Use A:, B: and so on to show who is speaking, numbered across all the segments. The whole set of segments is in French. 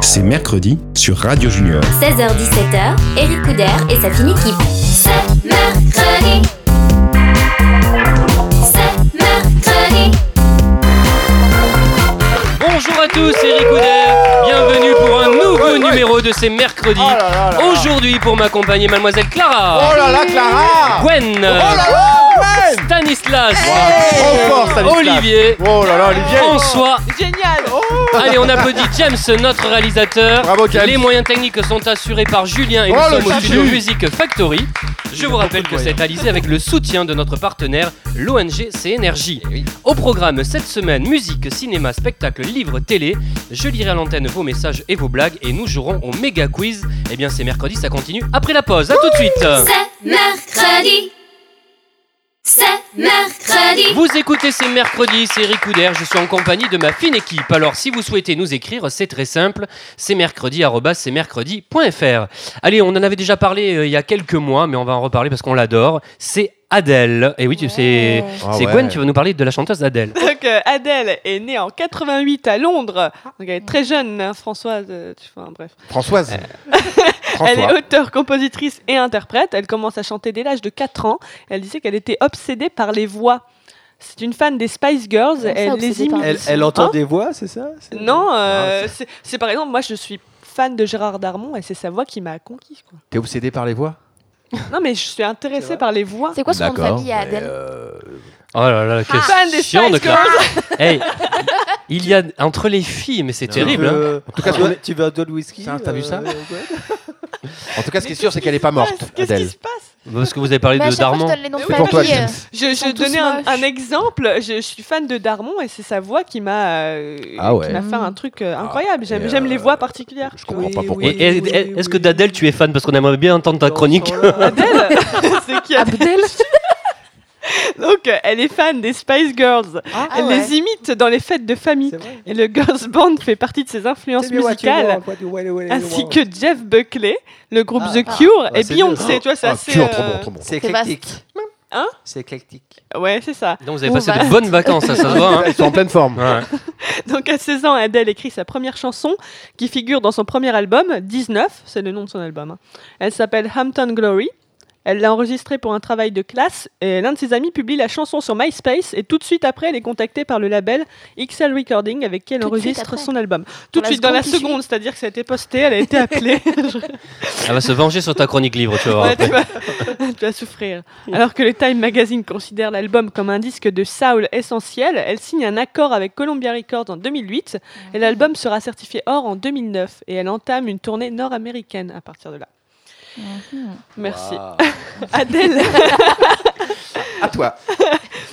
A: c'est mercredi sur Radio Junior.
B: 16h-17h, Eric Couder et sa fine équipe.
C: C'est mercredi. C'est mercredi.
D: Bonjour à tous, c'est Eric Couder. Bienvenue pour un nouveau numéro de ces mercredis.
E: Oh là là là là.
D: Aujourd'hui, pour m'accompagner, mademoiselle Clara,
E: Oh là là, Clara
D: Gwen,
E: Oh là là, Gwen
D: Stanislas,
E: Trop fort, Stanislas.
D: Olivier,
E: Oh là là, Olivier Oh.
D: François.
F: Génial
D: Allez, on applaudit James, notre réalisateur.
E: Bravo, James.
D: Les moyens techniques sont assurés par Julien et nous
E: Oh, le
D: sommes au
E: chapu.
D: studio Music Factory. Je vous rappelle que c'est réalisé avec le soutien de notre partenaire, l'ONG CNRJ.
E: Eh
D: Au programme cette semaine, musique, cinéma, spectacle, livre, télé. Je lirai à l'antenne vos messages et vos blagues et nous jouerons au méga quiz. Eh bien, c'est mercredi, ça continue après la pause. À tout de suite.
C: C'est mercredi. C'est mercredi.
D: Vous écoutez, c'est mercredi, c'est Ricoudère, je suis en compagnie de ma fine équipe. Alors si vous souhaitez nous écrire, c'est très simple, c'est mercredi, arobase, c'est mercredi.fr. Allez, on en avait déjà parlé euh, il y a quelques mois, mais on va en reparler parce qu'on l'adore, c'est Adèle. Et oui, tu c'est
G: Oh.
E: Ah
D: c'est
E: ouais.
D: Gwen, tu vas nous parler de la chanteuse Adèle.
F: Donc euh, Adèle est née en 88 à Londres.
H: Ah.
F: Donc elle est très jeune, hein, Françoise. euh, tu- enfin, bref.
E: Françoise
F: Elle est
E: François
F: auteure, compositrice et interprète. Elle commence à chanter dès l'âge de 4 ans. Elle disait qu'elle était obsédée par les voix. C'est une fan des Spice Girls.
H: Comme Ah, ça,
F: elle les
H: obsédée par
F: imite.
H: les
G: Elle, elle entend des voix, c'est ça C'est-
F: Non, euh,
G: Ah,
F: c'est- c'est par exemple, moi je suis fan de Gérard Darmon et c'est sa voix qui m'a conquise. quoi.
G: T'es obsédé par les voix
F: Non, mais je suis intéressée par les voix.
H: C'est quoi son nom de
G: D'accord,
H: famille à
G: mais,
H: Adèle
G: euh,
D: Oh là là, que
F: fan des
D: chiant de
F: Spice
D: Clara.
F: Girls.
D: Hey, il y a entre les filles, mais c'est terrible.
G: Tu
D: hein.
G: veux, euh, en tout cas, tu veux, tu veux un doigt de whisky euh,
E: Ça, t'as vu ça
G: ouais.
E: En tout cas, Ah, ce qui est sûr, c'est qu'elle n'est pas morte,
F: Qu'est-ce qui
E: Adèle.
F: se passe
D: hein. Parce que vous avez parlé
H: Mais Bah, à
D: de
H: chaque fois, je
D: Darman.
H: donne les noms de
F: C'est pour
E: toi,
H: famille,
E: James.
H: euh,
F: Je, je
H: sont tous
F: donnais un,
H: moches.
F: un exemple. Je, je suis fan de Darmon et c'est sa voix qui m'a euh,
G: Ah ouais. Ah,
F: qui m'a fait un truc euh, incroyable. J'aime
G: et,
F: j'aime les
G: euh,
F: voix particulières.
E: Je comprends
G: Oui,
E: pas pourquoi.
D: Et- et-
G: Oui, oui,
D: Est-ce que
G: oui.
D: d'Adèle tu es fan Parce qu'on aimerait bien entendre ta chronique.
F: Adèle, c'est
H: Ah,
F: qui Adèle Donc euh, elle est fan des Spice Girls.
H: Ah
F: elle
H: ouais.
F: les imite dans les fêtes de famille.
G: C'est vrai.
F: Et le Girls Band fait partie de ses influences musicales. Ainsi Ah, que Jeff Buckley, le groupe
G: Ah.
F: The Cure
G: Ah,
F: et
G: c'est
F: Beyoncé, tu vois, c'est
E: Ah,
F: assez.
E: tu en trop
F: euh,
E: bon, trop bon.
G: C'est
H: C'est vaste.
G: éclectique.
F: Hein
G: C'est éclectique.
F: Ouais, c'est ça.
D: Donc vous avez
H: Ou
D: passé de
H: vaste.
D: bonnes vacances, ça, ça se voit. hein.
E: Ils sont en pleine forme.
D: Ouais.
F: Donc à 16 ans, Adele écrit sa première chanson qui figure dans son premier album, 19, c'est le nom de son album. hein. Elle s'appelle Hampton Glory. Elle l'a enregistrée pour un travail de classe et l'un de ses amis publie la chanson sur MySpace et tout de suite après, elle est contactée par le label XL Recording avec qui elle
H: Tout de suite
F: enregistre
H: après.
F: son album. Tout de
H: la
F: suite, dans la
H: seconde qui
F: seconde, c'est-à-dire que ça a été posté, elle a été appelée.
D: Elle va se venger sur ta chronique livre, tu vas voir.
F: Ouais, tu, vas, tu vas souffrir. Alors que le Time Magazine considère l'album comme un disque de soul essentiel, elle signe un accord avec Columbia Records en 2008 et l'album sera certifié or en 2009 et elle entame une tournée nord-américaine à partir de là.
H: Mhm.
F: Merci.
G: Waouh.
F: Adèle,
G: À toi.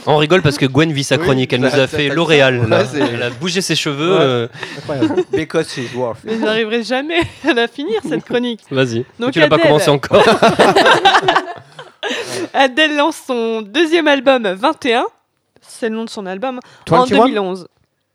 D: On rigole parce que Gwen vit sa
G: Oui,
D: chronique. Elle
G: ça-
D: nous a
G: ça-
D: fait
G: ça-
D: L'Oréal. là.
G: Ouais, c'est-
D: Elle a bougé ses cheveux.
G: Ouais.
D: euh,
G: Incroyable. Because she's dwarf.
F: je n'arriverai jamais à la finir cette chronique.
D: Vas-y.
F: Donc,
D: tu l'as pas
F: Adèle.
D: commencé encore.
F: Adèle lance son deuxième album 21, c'est le nom de son album, en
E: 21?
F: 2011.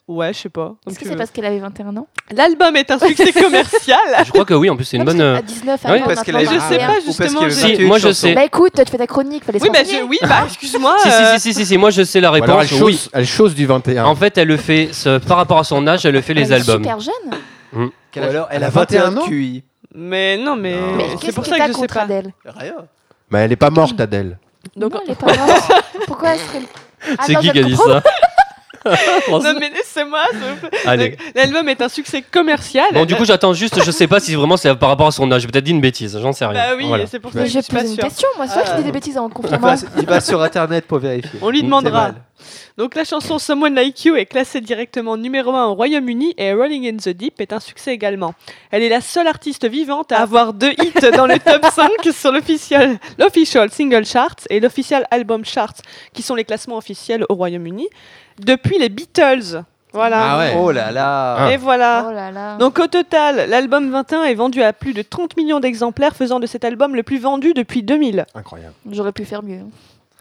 F: Ouais, je sais pas. Comme
H: Est-ce que
F: tu
H: c'est
F: veux.
H: parce qu'elle avait 21 ans
F: L'album est un succès commercial.
D: Je crois que oui. En plus, c'est une
H: Non,
D: bonne.
H: parce que
D: euh,
H: À 19,
D: oui,
H: alors
G: Parce qu'elle
H: maintenant,
G: a
F: Je sais
H: 21.
F: pas,
G: Ou parce
F: justement,
G: qu'elle a
F: j'ai-
D: Si,
G: 28
D: moi, je
G: chansons.
D: sais.
H: Bah écoute, toi, tu fais ta chronique, fallait se
F: Oui, bah,
H: renseigner.
F: je- oui, bah, excuse-moi.
D: Si, si,
F: euh,
D: si, si, si, si, Moi, je sais la
E: Ou alors,
D: réponse.
E: elle
D: oui.
E: chose, elle chose du 21.
D: En fait, elle le fait ce- par rapport à son âge. Elle le fait
H: Elle
D: les
H: est
D: albums.
H: super jeune.
G: Ou alors, elle
E: Elle a
G: a
E: 21
G: 21
E: ans
G: QI.
F: Mais non, mais,
E: Non.
H: Mais
F: c'est
H: qu'est-ce
F: pour
H: que
F: ça que
H: t'as
F: je sais
H: contre
F: pas.
H: Adèle
G: Rien.
E: Mais elle n'est pas morte, Adèle.
F: Donc-
H: Non, elle est pas morte. Pourquoi elle serait. Ah
D: C'est
H: non,
D: qui
H: je
D: qui a dit
H: comprends.
D: ça
F: Non, mais laissez-moi. s'il vous plaît.
D: Allez.
F: Donc, L'album est un succès commercial.
D: Bon, du coup, j'attends juste. Je sais pas si vraiment c'est par rapport à son âge. J'ai peut-être dit une bêtise. J'en sais rien.
F: bah oui,
D: Voilà.
F: c'est pour ça
H: Mais
F: que
H: je
F: je suis pas
H: pose une
F: sûre.
H: question, moi, c'est toi qui
G: Ah.
H: dis des bêtises en
G: Il va,
H: confirmant.
G: il va sur internet pour vérifier.
F: On lui
D: Mm,
F: demandera.
G: C'est mal.
F: Donc la chanson Someone Like You est classée directement numéro 1 au Royaume-Uni et Rolling in the Deep est un succès également. Elle est la seule artiste vivante à avoir deux hits dans le top 5 sur l'official l'official single chart et l'official album chart qui sont les classements officiels au Royaume-Uni depuis les Beatles. Voilà.
E: Ah ouais.
G: Oh là là.
F: Et voilà.
H: Oh là là.
F: Ah. Donc au total, l'album 21 est vendu à plus de 30 millions d'exemplaires, faisant de cet album le plus vendu depuis 2000.
E: Incroyable.
H: J'aurais pu faire mieux.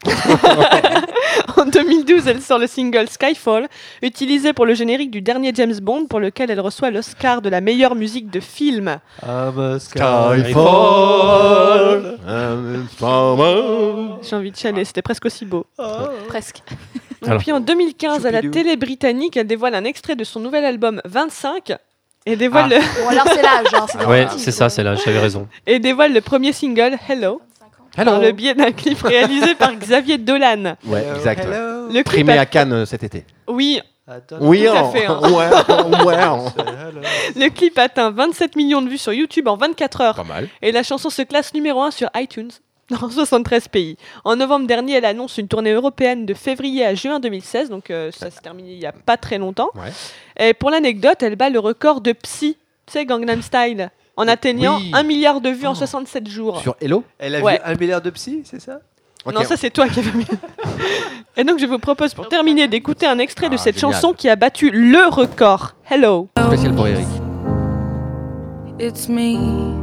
F: En 2012, elle sort le single Skyfall, utilisé pour le générique du dernier James Bond, pour lequel elle reçoit l'Oscar de la meilleure musique de film.
G: I'm a
D: Skyfall.
F: J'ai envie de chialer, c'était presque aussi beau.
H: Presque.
F: Et puis en 2015, à la
G: Choupidou.
F: télé britannique, elle dévoile un extrait de son nouvel album 25. et dévoile, le,
H: Ou alors c'est l'âge. hein, c'est des
D: Ouais,
H: petits,
D: c'est ça, c'est là, j'avais raison.
F: et dévoile le premier single, Hello,
H: 25 ans.
F: par le biais d'un clip réalisé par Xavier Dolan.
E: Ouais, exact. ouais.
F: Le clip
E: Primé
F: a-
E: à Cannes euh, cet été.
F: oui,
E: Oui,
F: à
E: hein.
F: fait, hein.
E: ouais, ouais, hein.
F: le clip atteint 27 millions de vues sur YouTube en 24 heures.
A: Pas mal.
F: Et la chanson se classe numéro 1 sur iTunes dans 73 pays. En novembre dernier, elle annonce une tournée européenne de février à juin 2016, donc euh, ça s'est terminé il n'y a pas très longtemps. Et pour l'anecdote, elle bat le record de Psy, tu sais, Gangnam Style, en atteignant
E: Oui.
F: 1 milliard de vues en 67 jours.
E: Sur Hello
G: Elle a
F: Ouais.
G: vu un milliard de psy, c'est ça
E: Ok.
F: Non, ça c'est toi qui avais mis. Et donc je vous propose pour terminer d'écouter un extrait de
E: Ah,
F: cette
E: génial.
F: chanson qui a battu le record. Hello.
E: Spécial pour Eric.
I: It's me.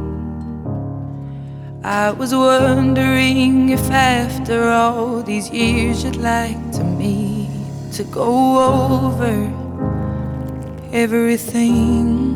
I: I was wondering if after all these years you'd like to me to go over everything.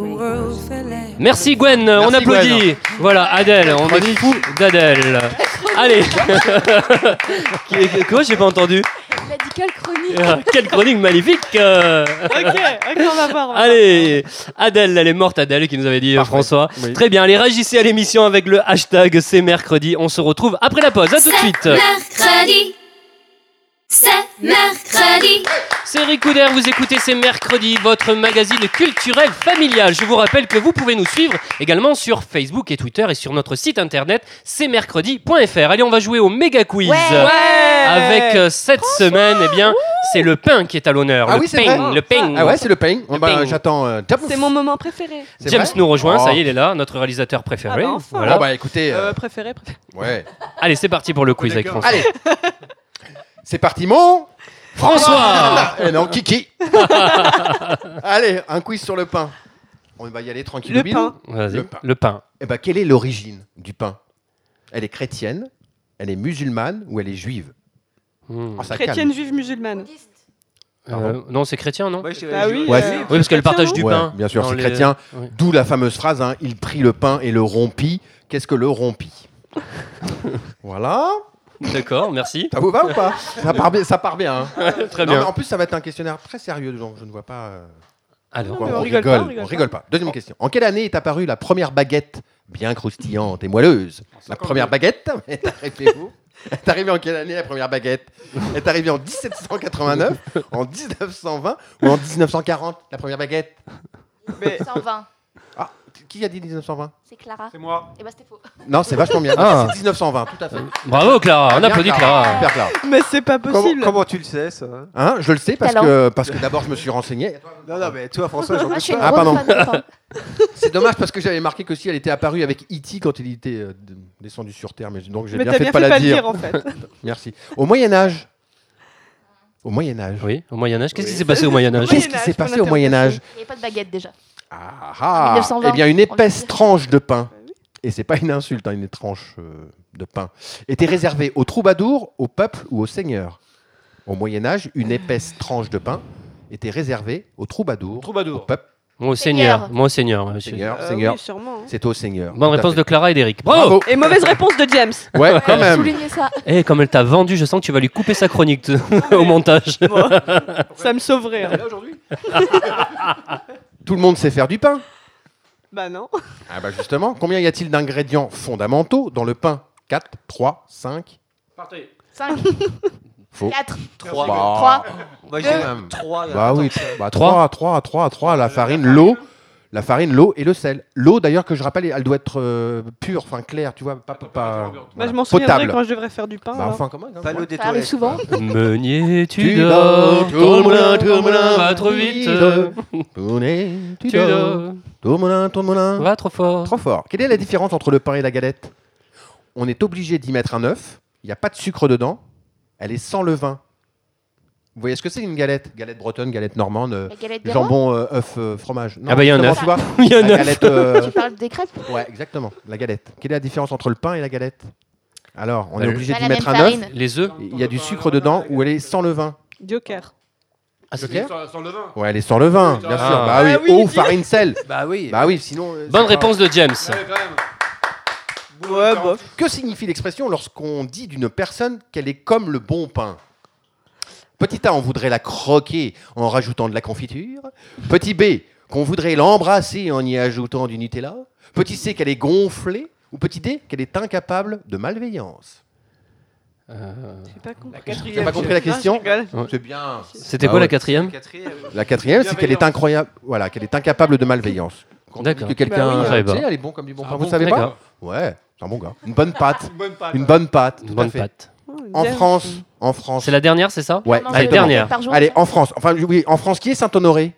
I: world fell out.
D: Merci Gwen, on
E: Merci,
D: applaudit. Voilà, Adèle, on est fou d'Adèle. Allez. Qui- qui- Quoi, j'ai pas entendu
H: Medical chronique.
D: Euh, Quelle chronique magnifique. euh.
F: Ok, ok, on va voir. on va
D: Allez, Adèle, elle est morte, Adèle, qui nous avait dit euh, François. Très bien, allez, réagissez à l'émission avec le hashtag C'est mercredi. On se retrouve après la pause. À tout de suite.
C: mercredi, c'est mercredi.
D: C'est Ricoudère, vous écoutez C'est Mercredi, votre magazine culturel familial. Je vous rappelle que vous pouvez nous suivre également sur Facebook et Twitter et sur notre site internet cmercredi.fr. Allez, on va jouer au méga quiz.
F: voir.
D: Avec euh, cette semaine, eh bien, c'est le pain qui est à l'honneur.
E: Ah
D: le
E: oui, c'est
D: pain,
E: vrai.
D: le pain.
E: Ah ouais, c'est le pain. Oh, bah,
D: pain.
E: J'attends. euh, James.
F: C'est mon moment préféré.
E: C'est
D: James
E: vrai
D: nous rejoint,
E: Oh.
D: ça y est, il est là, notre réalisateur préféré.
F: Ah bah, enfin.
D: Voilà.
E: Ah bah écoutez, euh,
F: Euh, préféré, préféré.
E: ouais.
D: Allez, c'est parti pour le quiz avec François.
E: Allez, c'est parti mon.
D: François
E: Eh non, Kiki. Allez, un quiz sur le pain. On va y aller tranquille.
F: Le pain.
D: Vas-y,
E: Le pain.
D: le pain.
E: Eh ben, quelle est l'origine du pain Elle est chrétienne, elle est musulmane ou elle est juive
D: Hmm.
E: Ah, ça
F: Chrétienne, juive, musulmane.
D: Euh, non, c'est chrétien, non
G: Moi, je dirais
F: Bah oui.
G: juive.
E: Ouais,
F: euh,
D: Oui, parce qu'elle partage
E: calme.
D: du
E: Ouais,
D: pain.
E: bien sûr,
D: dans
E: c'est
D: les-
E: chrétien.
D: Oui.
E: D'où la fameuse phrase hein, il prit le pain et le rompit. Qu'est-ce que le rompit Voilà.
D: D'accord, merci.
E: Ça vous va ou pas ça part, bien- ça part bien. hein.
D: Très
E: Non, mais
D: bien.
E: en plus, ça va être un questionnaire très sérieux. Donc je ne vois pas. euh,
D: Alors,
E: quoi,
F: mais on
E: on,
F: rigole
E: rigole,
F: pas, on
E: on
F: rigole
E: rigole pas. Deuxième question. En quelle année est apparue la première baguette bien croustillante et moelleuse La première baguette est arrivée où Est arrivée en quelle année la première baguette Est arrivée en 1789, en 1920 ou en 1940 la première baguette
F: Mais-
H: 120.
E: Ah, qui a dit 1920
H: C'est Clara.
G: C'est moi.
H: Et bah c'était faux.
E: Non, c'est vachement bien.
D: Ah.
E: C'est 1920, tout à fait.
D: bravo
F: Ah,
D: Clara, on
E: Bien,
D: applaudit Clara.
E: Super Clara.
F: Mais c'est pas
G: Comment,
F: possible.
G: comment tu le sais, ça Non,
E: Hein, je le sais parce
H: Talent.
E: que, parce que d'abord je me suis renseigné.
G: non, mais toi, François, j'en
H: Moi, je
G: doute
H: suis une
G: pas.
E: Ah, pardon.
H: grande fan de pain.
E: C'est dommage parce que j'avais marqué que si elle était apparue avec E.T. quand il était euh, d- descendu sur Terre, mais donc j'ai
F: Mais
E: bien
F: t'as
E: fait de
F: bien
E: pas
F: fait
E: la
F: pas le
E: dire.
F: dire en fait.
E: Merci. Au Moyen Âge. Au Moyen Âge.
D: Oui, au Moyen-Âge. Qu'est-ce qui s'est passé au Moyen-Âge
E: Qu'est-ce qui
F: Moyen Âge,
E: s'est passé
F: qu'on
E: au
F: a
E: Moyen Âge
H: Il n'y avait pas de baguette déjà.
E: Ah ah
H: 1920,
E: Eh bien, une
H: on va
E: épaisse
H: dire.
E: tranche de
F: Bah
E: pain. Et c'est pas une insulte, hein, une tranche euh, de pain. Était réservée aux troubadours, au peuple ou aux seigneurs. Au Moyen Âge, une épaisse tranche de pain était réservée aux troubadours, au
G: Troubadour.
E: peuple,
D: Mon Seigneur,
H: Seigneur.
D: mon Seigneur. monsieur.
E: seigneur,
F: Euh,
E: seigneur.
F: oui, sûrement. hein.
E: C'est au seigneur.
D: Bonne
E: Tout à
D: réponse
E: fait.
D: de Clara et d'Eric. Bravo
E: Bravo.
F: Et mauvaise réponse de James.
E: Ouais, quand même.
H: Soulignez ça.
D: Eh, comme elle t'a vendu, je sens que tu vas lui couper sa chronique te- au montage.
F: Ça me sauverait. hein.
E: Tout le monde sait faire du pain.
F: Bah non.
E: Ah bah justement, combien y a-t-il d'ingrédients fondamentaux dans le pain 4, 3, 5
H: 5,
E: Faux.
H: 4,
E: Trois.
H: 3.
G: Moi,
E: Quand
G: j'ai
E: même.
G: 3.
E: Bah oui, bah
D: Trois.
E: 3, 3, 3, 3, la farine, l'eau, la farine, l'eau et le sel. L'eau d'ailleurs que je rappelle, elle doit être euh, pure, enfin claire, tu vois, pas, pas, pas-
F: Bah,
E: voilà,
F: je m'en souviendrai
E: potable.
F: quand je devrais faire du pain.
E: Bah
F: alors.
E: enfin comment hein,
G: Pas l'eau des
H: Ça arrive
G: toilettes.
H: souvent.
D: Meunier, tu,
E: Tu
D: dors,
E: dors,
D: ton moulin,
E: ton
D: ton moulin,
E: moulin,
D: va trop vite. Euh,
E: vite. Tournez, tu
D: Tu
E: dors,
D: dors,
E: tourne moulin, tourne moulin.
D: va trop fort.
E: Trop fort. Quelle est la différence entre le pain et la galette On est obligé d'y mettre un œuf, il n'y a pas de sucre dedans, elle est sans levain. Vous voyez ce que c'est une galette Galette bretonne, galette normande, euh,
H: La galette des rois
E: jambon, euh, œuf, euh, fromage. Non,
D: Ah bah, il y a un
E: comment
H: œuf.
E: tu vois
D: Il y en
E: La
D: a.
E: galette. euh,
H: Tu parles des crêpes
E: Ouais, exactement, la galette. Quelle est la différence entre le pain et la galette Alors, on
D: Bah,
E: est
D: le-
E: obligé
H: Pas
E: d'y
H: la même
E: mettre un œuf.
H: farine.
D: Les œufs
E: Il y a du sucre dedans ou elle est sans levain
F: hein. Joker.
E: Ah,
J: C'est sans, sans levain.
E: Ouais, elle est sans levain, bien
D: Ah.
E: sûr. Bah oui,
F: Ah oui,
E: oh,
F: dis-
E: farine, sel.
G: Bah oui.
E: Bah oui, sinon. euh,
D: Bonne
E: c'est pas-
D: réponse de James.
J: Ouais, quand même.
F: Ouais, bof.
E: Que signifie l'expression lorsqu'on dit d'une personne qu'elle est comme le bon pain Petit A, on voudrait la croquer en rajoutant de la confiture. Petit B, qu'on voudrait l'embrasser en y ajoutant du Nutella. Petit C, qu'elle est gonflée. Ou petit D, qu'elle est incapable de malveillance.
D: Euh,
F: J'ai pas compris.
E: T'as pas compris la question
D: Ouais.
E: C'est bien.
D: C'était
E: Ah
D: quoi la
E: ouais.
D: quatrième
E: La quatrième, c'est qu'elle est incroyable. Voilà, qu'elle est incapable de malveillance. Quand on dit
D: D'accord.
E: Que quelqu'un,
F: Bah oui.
E: euh,
D: Je savais pas.
E: tu sais, elle est bon comme du bon
J: Ah
E: pain.
J: bon,
E: Vous savez pas
D: D'accord.
E: Ouais, c'est un bon gars. Une bonne pâte.
J: Une bonne pâte.
E: Une bonne pâte. tout
D: Une
E: à
D: bonne
E: fait.
D: pâte.
F: Oh,
E: En France, en France.
D: C'est la dernière, c'est ça
E: Ouais,
H: On en
D: Allez,
H: fait
E: exactement.
D: dernière.
H: par jour.
E: Allez, en France. Enfin, oui, en France, qui est Saint-Honoré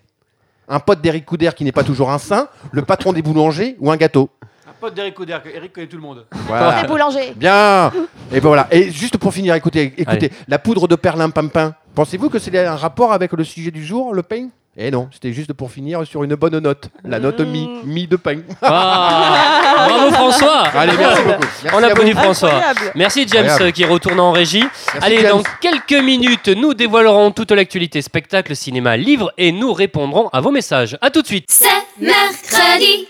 E: Un pote d'Éric Couder qui n'est pas toujours un saint, le patron des boulangers ou un gâteau
J: Un pote d'Eric Coder, que Eric connaît tout le monde.
E: Voilà.
H: Des boulangers.
E: Bien Et ben voilà. Et juste pour finir, écoutez, écoutez,
D: Allez.
E: la poudre de perlimpinpin. Pensez-vous que c'est un rapport avec le sujet du jour, le pain Eh non, c'était juste pour finir sur une bonne note. La note mi, mi de pain.
D: Ah Bravo François
E: Allez, merci beaucoup. Merci
D: On
E: à
D: applaudit
E: vous.
D: François.
F: Incroyable.
D: Merci James
E: Incroyable.
D: euh, qui retourne en régie.
E: Merci,
D: Allez,
E: James.
D: dans quelques minutes, nous dévoilerons toute l'actualité spectacle, cinéma, livre et nous répondrons à vos messages. À tout de suite.
C: C'est mercredi.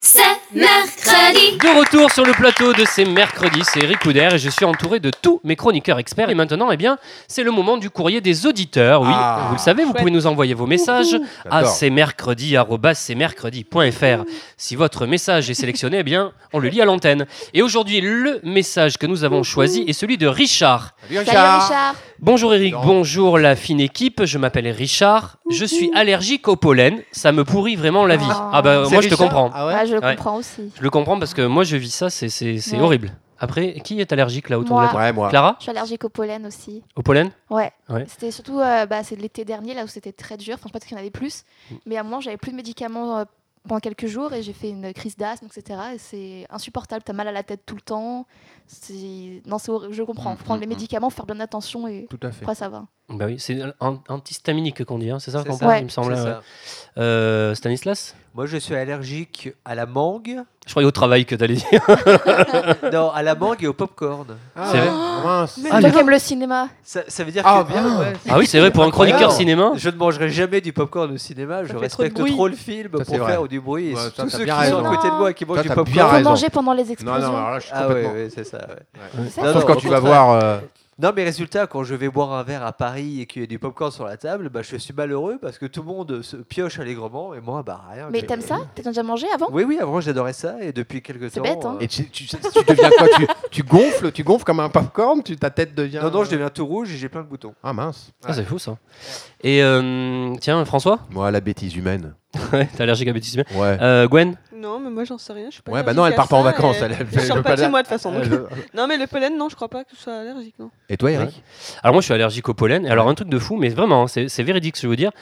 C: C'est mercredi.
D: De retour sur le plateau de ces mercredis, c'est Eric Couder et je suis entouré de tous mes chroniqueurs experts. Et maintenant, eh bien, c'est le moment du courrier des auditeurs. Oui,
E: Ah,
D: vous le savez, vous
F: chouette.
D: pouvez nous envoyer vos messages à
E: J'adore.
D: cmercredi.fr. Si votre message est sélectionné, eh bien, on le lit à l'antenne. Et aujourd'hui, le message que nous avons choisi est celui de Richard.
E: Salut,
H: Salut
E: Richard.
H: Richard.
D: Bonjour Eric,
E: Non.
D: bonjour la fine équipe, je m'appelle Richard, je suis allergique au pollen, ça me pourrit vraiment la vie.
H: Ah.
D: Ah bah
E: C'est
D: moi je te
E: Richard
D: comprends.
E: Ah ouais
H: Ah, je le
D: Ouais.
H: comprends aussi.
D: Je le comprends parce que moi je vis ça, c'est c'est- c'est
H: Ouais.
D: horrible. Après, qui est allergique là autour
H: Moi.
D: de la table
E: Ouais, moi.
D: Clara
H: Je suis allergique au pollen aussi.
D: Au pollen
H: Ouais.
D: Ouais.
H: C'était surtout euh, bah, c'est l'été dernier là où c'était très dur. Enfin, je pense qu'il y en avait plus. Mais à un moment, j'avais plus de médicaments euh, pendant quelques jours et j'ai fait une crise d'asthme, etc. Et c'est insupportable. T'as mal à la tête tout le temps. C'est- Non, c'est horrible. Je comprends. Faut Prendre les médicaments, faire bien attention et
E: Tout à fait.
H: après ça va.
D: Bah oui, c'est an- antihistaminique qu'on dit, hein, c'est ça
G: C'est
D: qu'on
G: ça.
D: parle,
H: Ouais.
D: il me semble.
G: C'est ça.
D: ouais. Euh, Stanislas
G: Moi, je suis allergique à la mangue.
D: Je croyais au travail que d'aller dire.
G: non, à la mangue et au popcorn.
E: Ah,
D: C'est
E: ouais.
D: vrai
E: Mince.
F: Mais
D: Ah,
H: Toi
D: mais-
H: qui aimes le cinéma.
G: Ça, ça veut dire
E: Ah,
G: que
E: bien.
G: ouais.
D: Ah oui, c'est vrai, pour un chroniqueur
G: Incroyable.
D: cinéma.
G: je ne mangerai jamais du popcorn au cinéma. Je
F: fait
G: respecte
F: trop de
G: trop,
F: bruit.
G: le film
E: c'est
G: pour
E: vrai.
G: faire du bruit. et
E: Ouais, ça,
G: tous
E: t'as
G: ceux qui
E: bien
G: sont
H: raison.
G: à côté de moi et qui mangent
E: Ça,
G: du
E: t'as
G: popcorn.
E: bien
H: Faut
E: raison.
H: manger pendant les
E: Non, non,
H: explosions.
E: alors là, je suis
G: Ah ouais,
E: complètement.
G: ouais, c'est ça. ouais.
H: C'est ça,
G: Non,
E: Sauf
G: non,
E: quand
G: au
E: tu vas
G: contraire.
E: voir. euh,
G: Non, mais résultat, quand je vais boire un verre à Paris et qu'il y a du popcorn sur la table, bah, je suis malheureux parce que tout le monde se pioche allègrement et moi, bah rien.
H: Mais
G: j'ai-
H: t'aimes ça T'as déjà mangé avant
G: Oui, oui, avant j'adorais ça et depuis quelques
H: C'est
G: temps.
H: bête, hein.
G: euh,
E: Et tu, tu- tu deviens quoi tu, tu gonfles, tu gonfles comme un popcorn, tu, ta tête devient.
G: Non, non, je deviens tout rouge et j'ai plein de boutons.
E: Ah mince.
D: Ah, c'est fou ça. Et euh, tiens, François
E: Moi, la bêtise humaine.
D: Ouais, t'es allergique à bêtises.
E: Ouais.
D: Euh, Gwen
F: Non, mais moi j'en sais rien. Je suis pas
E: Ouais, bah
F: allergique
E: non, elle
F: à
E: part pas en
F: ça,
E: vacances,
F: et-
E: elle- elle
F: Je suis
E: veut
F: en
E: pas
F: pas de chez
E: la-
F: moi de toute façon. donc.
E: Elle-
F: Non, mais le pollen, non, je crois pas que ce soit allergique, non.
E: Euh, Et toi, Eric
D: Eric Alors moi je suis allergique au pollen. Et Alors un truc de fou, mais vraiment, hein, c'est c'est véridique ce que je veux dire.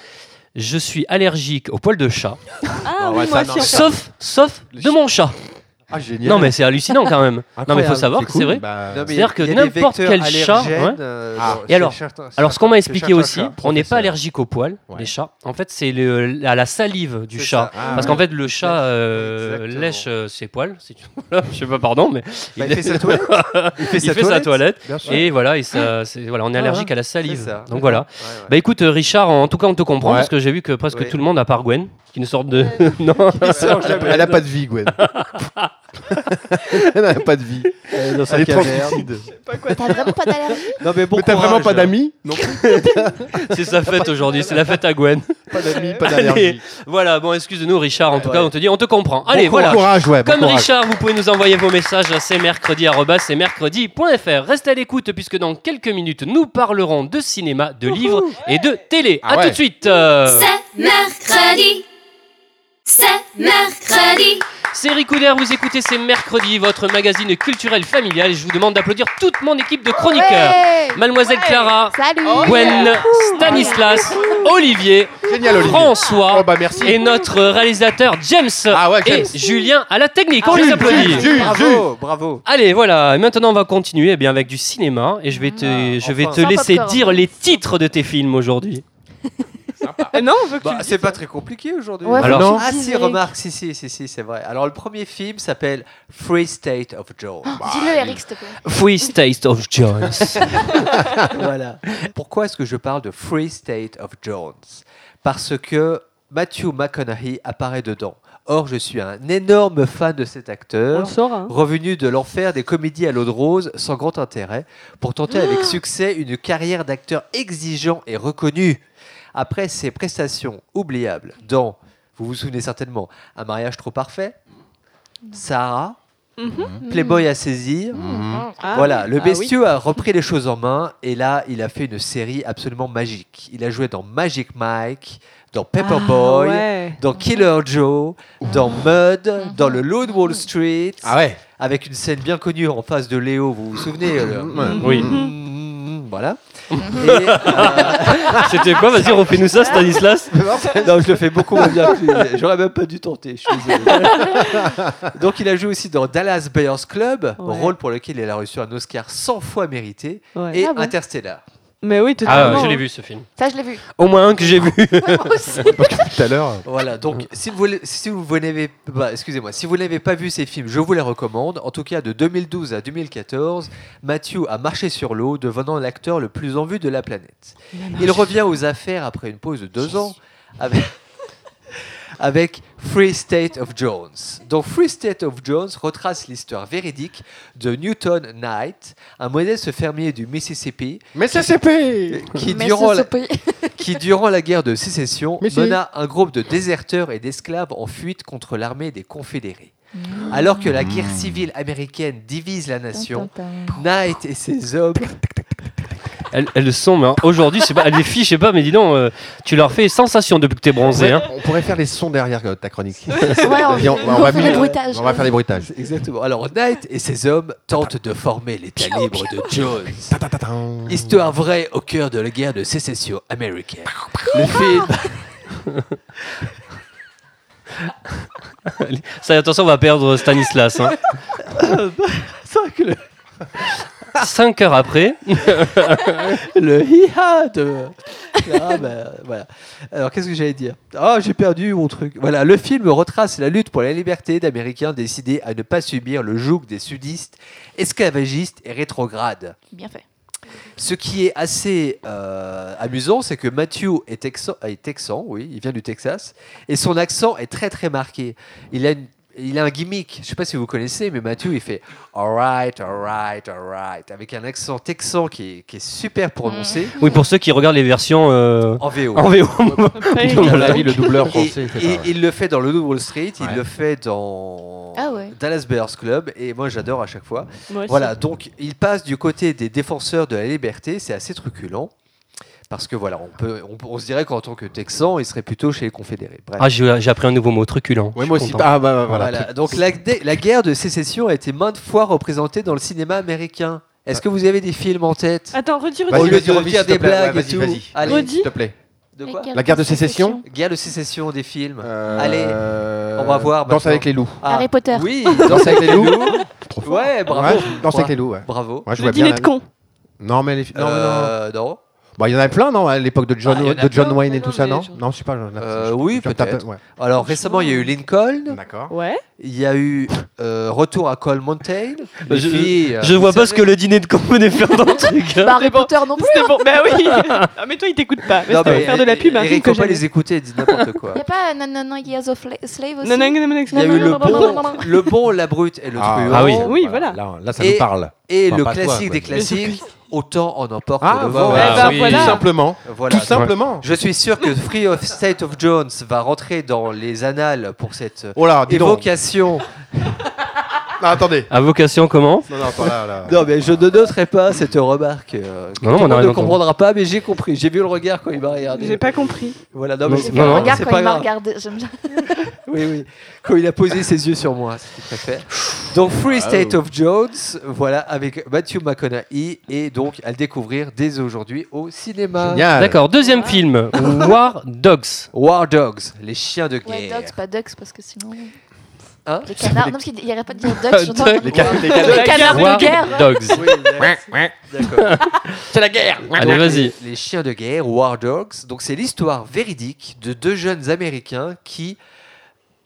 D: Je suis allergique aux poils de chat,
F: Ah
E: ouais,
F: oui,
E: ça,
F: moi
E: non,
F: aussi. en fait.
D: sauf, sauf de mon chat.
E: Ah, génial.
D: Non mais c'est hallucinant quand même. non mais faut
G: Incroyable,
D: savoir que c'est vrai.
G: Non, mais
D: Euh, C'est-à-dire
G: il y a
D: que
G: des
D: n'importe
G: vecteurs
D: quel chat,
G: allergènes,
D: ouais.
G: euh,
E: Ah.
G: dans-
D: Et
G: chez
D: alors-
G: certains-
D: Alors ce qu'on m'a
G: chez
D: expliqué
G: certains
D: aussi,
G: chats.
D: on n'est pas
E: professeur.
D: allergique aux poils
E: Ouais.
D: des chats. En fait c'est le- à la salive du
G: C'est
D: chat.
G: ça. Ah,
D: Parce
G: ouais.
D: qu'en fait, le chat euh,
G: Exactement.
D: lèche euh, ses poils. Si tu... voilà, je sais pas, pardon, mais
G: Bah, il fait sa toilette. Il fait
D: il fait sa toilette.
E: Bien sûr.
D: Et voilà, et ça, c'est- voilà, on est
G: Ah,
D: allergique à la
G: C'est
D: salive.
G: ça.
D: Donc voilà.
G: Ouais, ouais.
D: Bah écoute, euh, Richard, en tout cas, on te comprend
E: Ouais.
D: parce que j'ai vu que presque
G: Ouais.
D: tout le monde, à part Gwen, qui ne sort de. non,
E: Elle a- Elle a pas de vie, Gwen. Elle a pas de vie.
G: Elle est dans sa
E: Elle est trop
G: caverne.
E: suicide.
H: T'as vraiment pas d'allergie
G: Non, mais bon
E: Mais t'as vraiment
G: courage.
E: pas d'amis Non,
D: c'est sa fête aujourd'hui, c'est la fête à Gwen.
E: pas d'amis, pas
D: Allez,
E: d'allergie.
D: Voilà, bon, excuse-nous, Richard, en tout
G: Ouais.
D: cas, on te dit, on te comprend. Allez,
E: Bon
D: voilà.
E: courage, ouais. bon
D: Comme
E: courage.
D: Richard, vous pouvez nous envoyer vos messages à cmercredi.fr. Restez à l'écoute puisque dans quelques minutes, nous parlerons de cinéma, de livres et de télé.
E: Ah
D: à tout
E: ouais.
D: de suite. euh,
C: C'est mercredi. C'est mercredi.
D: C'est Ricoudère, vous écoutez C'est mercredi, votre magazine culturel familial. Et je vous demande d'applaudir toute mon équipe de chroniqueurs.
H: Ouais
E: Oh,
D: Mademoiselle Clara,
H: Salut
D: Gwen, Stanislas, Olivier,
E: Génial, Olivier.
D: François
E: Oh, bah, merci.
D: et notre réalisateur James,
E: Ah ouais, James.
D: et Julien à la technique.
G: Ah,
D: On les
E: Jules,
D: applaudit.
E: Jules, Jules, Jules.
G: Bravo, bravo.
D: Allez, voilà. Et Maintenant, on va continuer eh bien, avec du cinéma et je vais te,
G: Ah,
D: je vais
G: enfin.
D: te
H: Sans
D: laisser
H: popcorn.
D: dire les titres de tes films aujourd'hui.
F: Eh non, on veut que tu
G: Bah,
F: le
G: c'est
F: dises.
G: pas très compliqué aujourd'hui.
H: Ouais,
D: Alors-
H: faut que
G: ah
H: tu le dises,
G: si,
H: Eric.
G: remarque, si, si, si, si, c'est vrai. Alors le premier film s'appelle Free State of Joe.
H: Oh, Dis-le,
E: Bah,
H: Eric, s'il te plaît.
D: Free Taste of Jones.
G: voilà. Pourquoi est-ce que je parle de Free State of Jones Parce que Matthew McConaughey apparaît dedans. Or, je suis un énorme fan de cet
F: On le
G: acteur.
F: saura. hein.
G: Revenu de l'enfer des comédies à l'eau de rose sans grand intérêt, pour tenter avec succès une carrière d'acteur exigeant et reconnu. Après ses prestations oubliables dans, vous vous souvenez certainement, Un mariage trop parfait, Sarah, Playboy à saisir,
E: mm.
H: Mm.
F: Ah,
G: voilà,
F: oui.
G: le
F: Ah, oui.
G: bestiau a repris les choses en main et là, il a fait une série absolument magique. Il a joué dans Magic Mike, dans Paperboy,
F: Ah, ouais. Mm-hmm.
G: dans Killer Joe, dans Mud, dans le Loon Wall Street,
E: Ah ouais.
G: avec une scène bien connue en face de Léo, vous vous souvenez euh, le-
D: Oui.
G: Mm, Voilà.
F: Mm-hmm.
G: Et, euh,
D: C'était quoi Vas-y, refais-nous ça, Stanislas.
G: non, je le fais beaucoup moins bien. que- J'aurais même pas dû tenter. Je suis désolé. Donc, il a joué aussi dans Dallas Buyers Club,
F: Ouais.
G: rôle pour lequel il a reçu un Oscar 100 fois mérité,
F: Ouais.
G: et
H: Ah bon
G: Interstellar.
F: Mais oui,
D: Ah,
F: totalement.
D: je l'ai
F: hein.
D: vu ce film.
H: Ça, je l'ai vu.
D: Au moins un que j'ai vu.
E: Tout à l'heure.
G: Voilà, donc si vous, si vous n'avez bah, excusez-moi, si vous n'avez pas vu ces films, je vous les recommande. En tout cas, de 2012 à 2014, Matthew a marché sur l'eau, devenant l'acteur le plus en vue de la planète. Il revient aux affaires après une pause de deux ans avec, avec Free State of Jones. Donc Free State of Jones retrace l'histoire véridique de Newton Knight, un modeste fermier du Mississippi
E: Mais ça c'est payé.
G: qui,
H: Mais
G: durant
H: ça,
G: la,
H: c'est pas-
G: qui, durant la guerre de sécession,
E: Mais si.
G: mena un groupe de déserteurs et d'esclaves en fuite contre l'armée des Confédérés. Alors que la guerre civile américaine divise la nation, Knight et ses hommes.
D: Elles, elles le sont, mais hein, aujourd'hui, je sais pas, elles les filles, je sais pas, mais dis donc, euh, tu leur fais sensation depuis que t'es bronzé. Hein.
E: On pourrait faire les sons derrière euh, ta chronique.
H: Ouais, on,
E: Viens,
H: on va faire
E: mettre-
H: des bruitages.
E: on va faire des bruitages.
G: Exactement. Alors Knight et ses hommes tentent de former l'État libre de Jones.
E: Tatatam.
G: Histoire vraie au cœur de la guerre de sécession américaine. Le film
D: Ça, attention, on va perdre Stanislas. Hein. Cinq heures après,
G: le hi-ha de. Ah, bah, voilà. Alors, qu'est-ce que j'allais dire Ah, j'ai perdu mon truc. Voilà, le film retrace la lutte pour la liberté d'Américains décidés à ne pas subir le joug des sudistes, esclavagistes et rétrogrades.
H: Bien fait.
G: Ce qui est assez euh, amusant, c'est que Matthew est texan, euh, est texan, oui, il vient du Texas, et son accent est très très marqué. Il a, une- il a un gimmick, je sais pas si vous connaissez, mais Matthew il fait alright, alright, alright, avec un accent texan qui est, qui est super prononcé
D: oui, pour ceux qui regardent les versions euh,
G: en VO.
D: en VO.
F: Après,
G: Et-
E: À mon avis, le doubleur français.
G: et- il le fait dans le Wall Street,
E: Ouais.
G: il le fait dans
H: Ah ouais.
G: Dallas Bears Club, et moi j'adore à chaque fois.
F: moi aussi.
G: Voilà, donc il passe du côté des défenseurs de la liberté, c'est assez truculent. Parce que voilà, on, peut, on, on se dirait qu'en tant que Texan, il serait plutôt chez les Confédérés. Bref.
D: Ah, j'ai j'ai appris un nouveau mot, truculent.
E: Ouais,
D: Je
E: moi
D: suis
E: aussi.
D: content.
E: Ah bah, bah, voilà.
G: voilà. Donc la, dé- la guerre de sécession a été maintes fois représentée dans le cinéma américain. Est-ce que vous avez des films en tête
F: Attends, redis, redis.
E: Vas-y,
G: Au lieu
E: vas-y,
G: de
E: Remi,
G: refaire
E: s'il te
G: des
E: plaît.
G: blagues
E: Ouais,
G: et
E: vas-y,
G: tout.
E: vas-y.
G: Allez.
E: Vas-y, S'il te plaît.
G: De quoi
E: La guerre de sécession
G: Guerre de sécession des films.
E: Euh,
G: Allez, on va voir
E: Danse
G: maintenant.
E: avec les loups.
G: Ah,
H: Harry Potter.
G: Oui,
E: Danse avec les loups. Trop fort.
G: ouais, bravo.
E: Ouais, Danse avec les loups, ouais.
G: Bravo.
E: Ouais, je
F: Le
E: vois bien
F: dîner
E: la-
F: de con.
E: Non, mais les filles- non, mais non.
G: Euh, non.
E: Bon, il y en a plein, non À l'époque de John,
G: Ah, il y en a
E: de John
G: plein,
E: Wayne
F: mais
E: et tout
F: non,
E: ça,
F: mais
E: non
F: je-
E: Non, je sais pas. je-
G: Euh,
E: je-
G: oui,
E: je me tape-
G: peut-être.
E: ouais.
G: Alors récemment,
D: euh,
G: il y a eu Lincoln.
D: bah.
E: D'accord.
F: Ouais.
G: Il y a eu euh, Retour à Cole Mountain. Les
D: Bah, Je-
G: filles, euh,
D: Je vois
G: vous
D: pas ce que
G: savez-
D: le dîner de con venait faire dans le truc. hein.
H: Bah, Harry
F: bon.
H: Potter non plus.
F: C'était bon. Bah oui. Ah, mais toi, il t'écoute pas. Mais
G: Non,
F: c'était
G: mais
F: pour faire de la
D: hein,
F: pub. un film
G: Eric,
F: que
G: faut pas
F: j'aimais.
G: les écouter, ils disent n'importe quoi.
H: Y a pas euh, non non non Years of Sla- Slave aussi.
F: Non, non, non, non, non,
G: Il y a eu
F: non, non,
G: le
F: non, non, non, non,
G: bon,
F: non.
G: le bon, la brute et le
E: Ah,
G: truand.
D: ah oui. Bah,
F: Oui, voilà.
E: Là, là, ça
G: Et-
E: nous parle.
G: Et
E: Enfin,
G: le
E: pas toi,
G: classique
E: quoi.
G: des classiques, autant en emporte
D: Ah,
G: le
E: bah,
G: vent.
E: ouais.
F: Eh ben,
E: Tout
F: voilà.
E: simplement.
G: Voilà,
E: Tout simplement.
G: Je suis sûr que Free of State of
D: Ah,
G: Jones va rentrer dans les annales pour cette
E: Oh là, dis donc.
G: évocation
E: Non, attendez.
D: À vocation comment
E: Non, non, pas là, là.
G: Non, mais je ne noterai pas cette remarque. euh, que
D: Non, non, on a
G: tout le monde
D: rien
G: ne
D: entendu.
G: comprendra pas, mais j'ai compris. J'ai vu le regard quand il m'a regardé.
F: J'ai pas compris.
G: Voilà, non, mais
D: Non,
G: c'est
D: non,
G: pas,
D: non.
G: grave,
H: Regarde
G: c'est
H: quand
G: pas
H: il m'a
G: grave.
H: regardé. J'aime bien.
G: Oui, oui. Quand il a posé ses yeux sur moi, c'est ce qu'il préfère. Donc, Free State of Jones, voilà, avec Matthew McConaughey, et donc à le découvrir dès aujourd'hui au cinéma.
E: Génial.
D: D'accord, deuxième film, War Dogs.
G: War Dogs, les chiens de
H: Ouais,
G: guerre.
H: Ducks, pas Ducks, parce que sinon.
G: Hein
H: les canards. Non, parce qu'il arrête pas de dire Ducks. je
D: Ducks.
E: Les cas- les cas-
H: Les canards
D: War
H: de guerre.
D: Dogs.
G: D'accord. c'est la guerre.
D: Allez, vas-y.
G: Les chiens de guerre, War Dogs. Donc, c'est l'histoire véridique de deux jeunes Américains qui,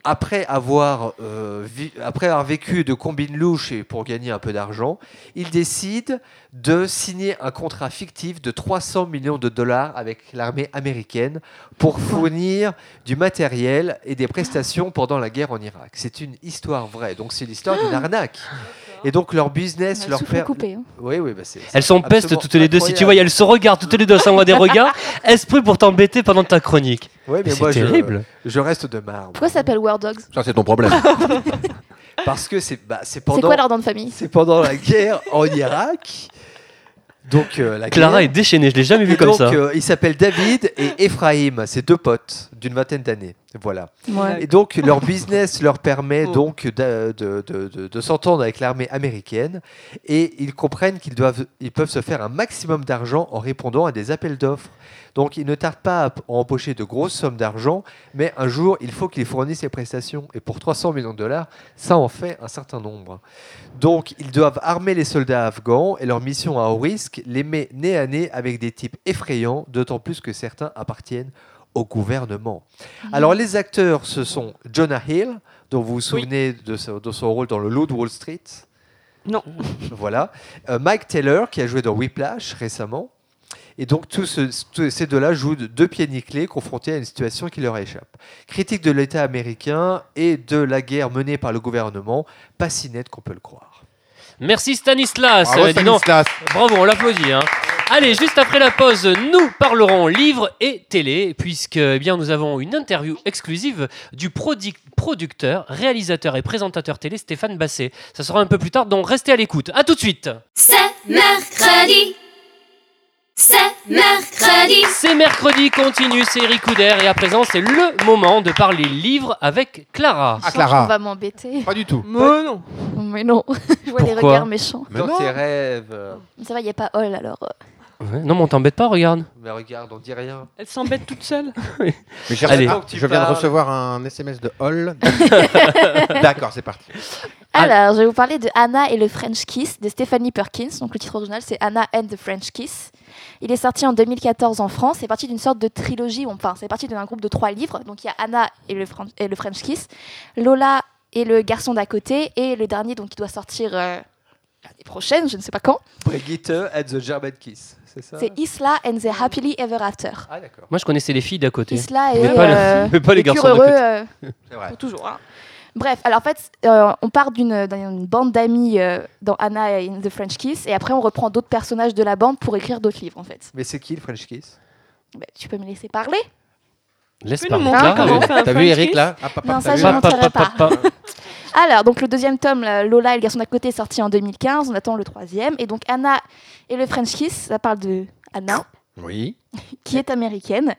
G: après avoir, euh, vi- après avoir vécu de combines louches et pour gagner un peu d'argent, ils décident de signer un contrat fictif de 300 millions de dollars avec l'armée américaine pour fournir du matériel et des prestations pendant la guerre en Irak. C'est une histoire vraie. Donc, c'est l'histoire d'une arnaque. Et donc, leur business,
H: Leur
G: leur père.
H: coupé. hein.
G: Oui, oui, bah c'est.
D: Elles sont pestes
G: absolument
D: toutes les deux. Si tu vois, elles se regardent toutes les deux, ça envoie des regards. Esprit pour t'embêter pendant ta chronique.
G: Ouais, mais
D: Mais
G: moi,
D: C'est
G: je-
D: terrible.
G: Je, reste de marbre.
H: Pourquoi ça s'appelle War Dogs
E: Ça, c'est ton problème.
G: Parce que c'est bah, c'est
H: C'est
G: pendant,
H: quoi leur nom de famille
G: c'est pendant la guerre en Irak. Donc euh, la
D: Clara est
G: guerre.
D: déchaînée, je l'ai jamais
G: Et
D: vue comme
G: donc,
D: ça.
G: euh, ils s'appellent David et Ephraim, c'est deux potes d'une vingtaine d'années. Voilà.
H: Ouais.
G: Et donc leur business leur permet
F: Oh.
G: donc d'a- de, de- de- de s'entendre avec l'armée américaine et ils comprennent qu'ils doivent, ils peuvent se faire un maximum d'argent en répondant à des appels d'offres. Donc ils ne tardent pas à p- à empocher de grosses sommes d'argent, mais un jour il faut qu'ils fournissent les prestations et pour 300 millions de dollars, ça en fait un certain nombre. Donc ils doivent armer les soldats afghans et leur mission à haut risque les met nez à nez avec des types effrayants, d'autant plus que certains appartiennent au gouvernement. Alors les acteurs, ce sont Jonah Hill, dont vous vous souvenez de, son, de son rôle dans Le Loup de Wall Street.
F: Non.
G: Voilà. Euh, Mike Taylor, qui a joué dans Whiplash récemment. Et donc, tous ce- tous ces deux-là jouent de- deux pieds nickelés, confrontés à une situation qui leur échappe. Critique de l'État américain et de la guerre menée par le gouvernement, pas si nette qu'on peut le croire.
D: Merci Stanislas.
E: Bravo,
D: Euh, dis donc,
E: Stanislas.
D: Bravo, on l'applaudit. hein. Allez, juste après la pause, nous parlerons livres et télé, puisque eh bien, nous avons une interview exclusive du prodi- producteur, réalisateur et présentateur télé Stéphane Basset. Ça sera un peu plus tard, donc restez à l'écoute. À tout de suite.
C: C'est mercredi. C'est mercredi.
D: C'est mercredi, continue, c'est Eric Couder, et à présent, c'est le moment de parler livres avec Ah, Clara.
F: Ah.
H: Je sens
E: Clara.
H: qu'on va m'embêter.
E: Pas du tout.
F: Mais non.
H: Mais non. Je vois les
D: Pourquoi
H: regards méchants.
E: Mais
G: dans
E: non.
G: tes rêves, euh,
H: Mais Ça va, il n'y a pas Hall alors. euh,
D: Ouais, non, mais on t'embête pas, regarde.
G: mais regarde, on dit rien.
F: Elle s'embête toute seule.
E: Mais j'ai-
D: Allez.
E: Ah, je viens de
G: Parles.
E: recevoir un SMS de Hall. D'accord, c'est parti.
D: Ah.
H: Alors, je vais vous parler de Anna et le French Kiss de Stephanie Perkins. Donc, le titre original, c'est Anna and the French Kiss. Il est sorti en 2014 en France. C'est parti d'une sorte de trilogie. Enfin, c'est parti d'un groupe de trois livres. Donc, il y a Anna et le, Fran- et le French Kiss, Lola et le garçon d'à côté, et le dernier, donc, qui doit sortir euh, l'année prochaine, je ne sais pas quand.
G: Brigitte at the German Kiss, c'est ça
H: C'est Isla and the Happily Ever After.
G: Ah, d'accord.
D: Moi, je connaissais les filles d'à côté.
H: Isla et
D: Mais pas,
H: euh,
D: les, mais pas les
H: les
D: garçons
H: cures
D: d'à
H: heureux,
D: côté.
H: euh,
E: C'est vrai.
H: pour toujours. hein. Bref, alors en fait, euh, on part d'une d'une bande d'amis euh, dans Anna et in the French Kiss, et après on reprend d'autres personnages de la bande pour écrire d'autres livres en fait.
G: Mais c'est qui le French Kiss
H: Bah, tu peux me laisser parler
D: Laisse
F: Tu peux
D: parler
F: nous montrer
D: Clara.
F: comment on fait un
E: T'as vu
F: French
E: Eric
F: kiss
E: là Ah, papa,
H: Non,
E: t'as
H: ça,
E: vu
H: je
D: Pa,
H: m'en
D: pa,
H: tirerai
D: pa,
H: pas.
D: pa.
H: Alors, donc le deuxième tome, euh, Lola et le garçon d'à côté, est sorti en 2015, on attend le troisième, et donc Anna et le French Kiss, ça parle de Anna,
E: Oui.
H: qui est américaine,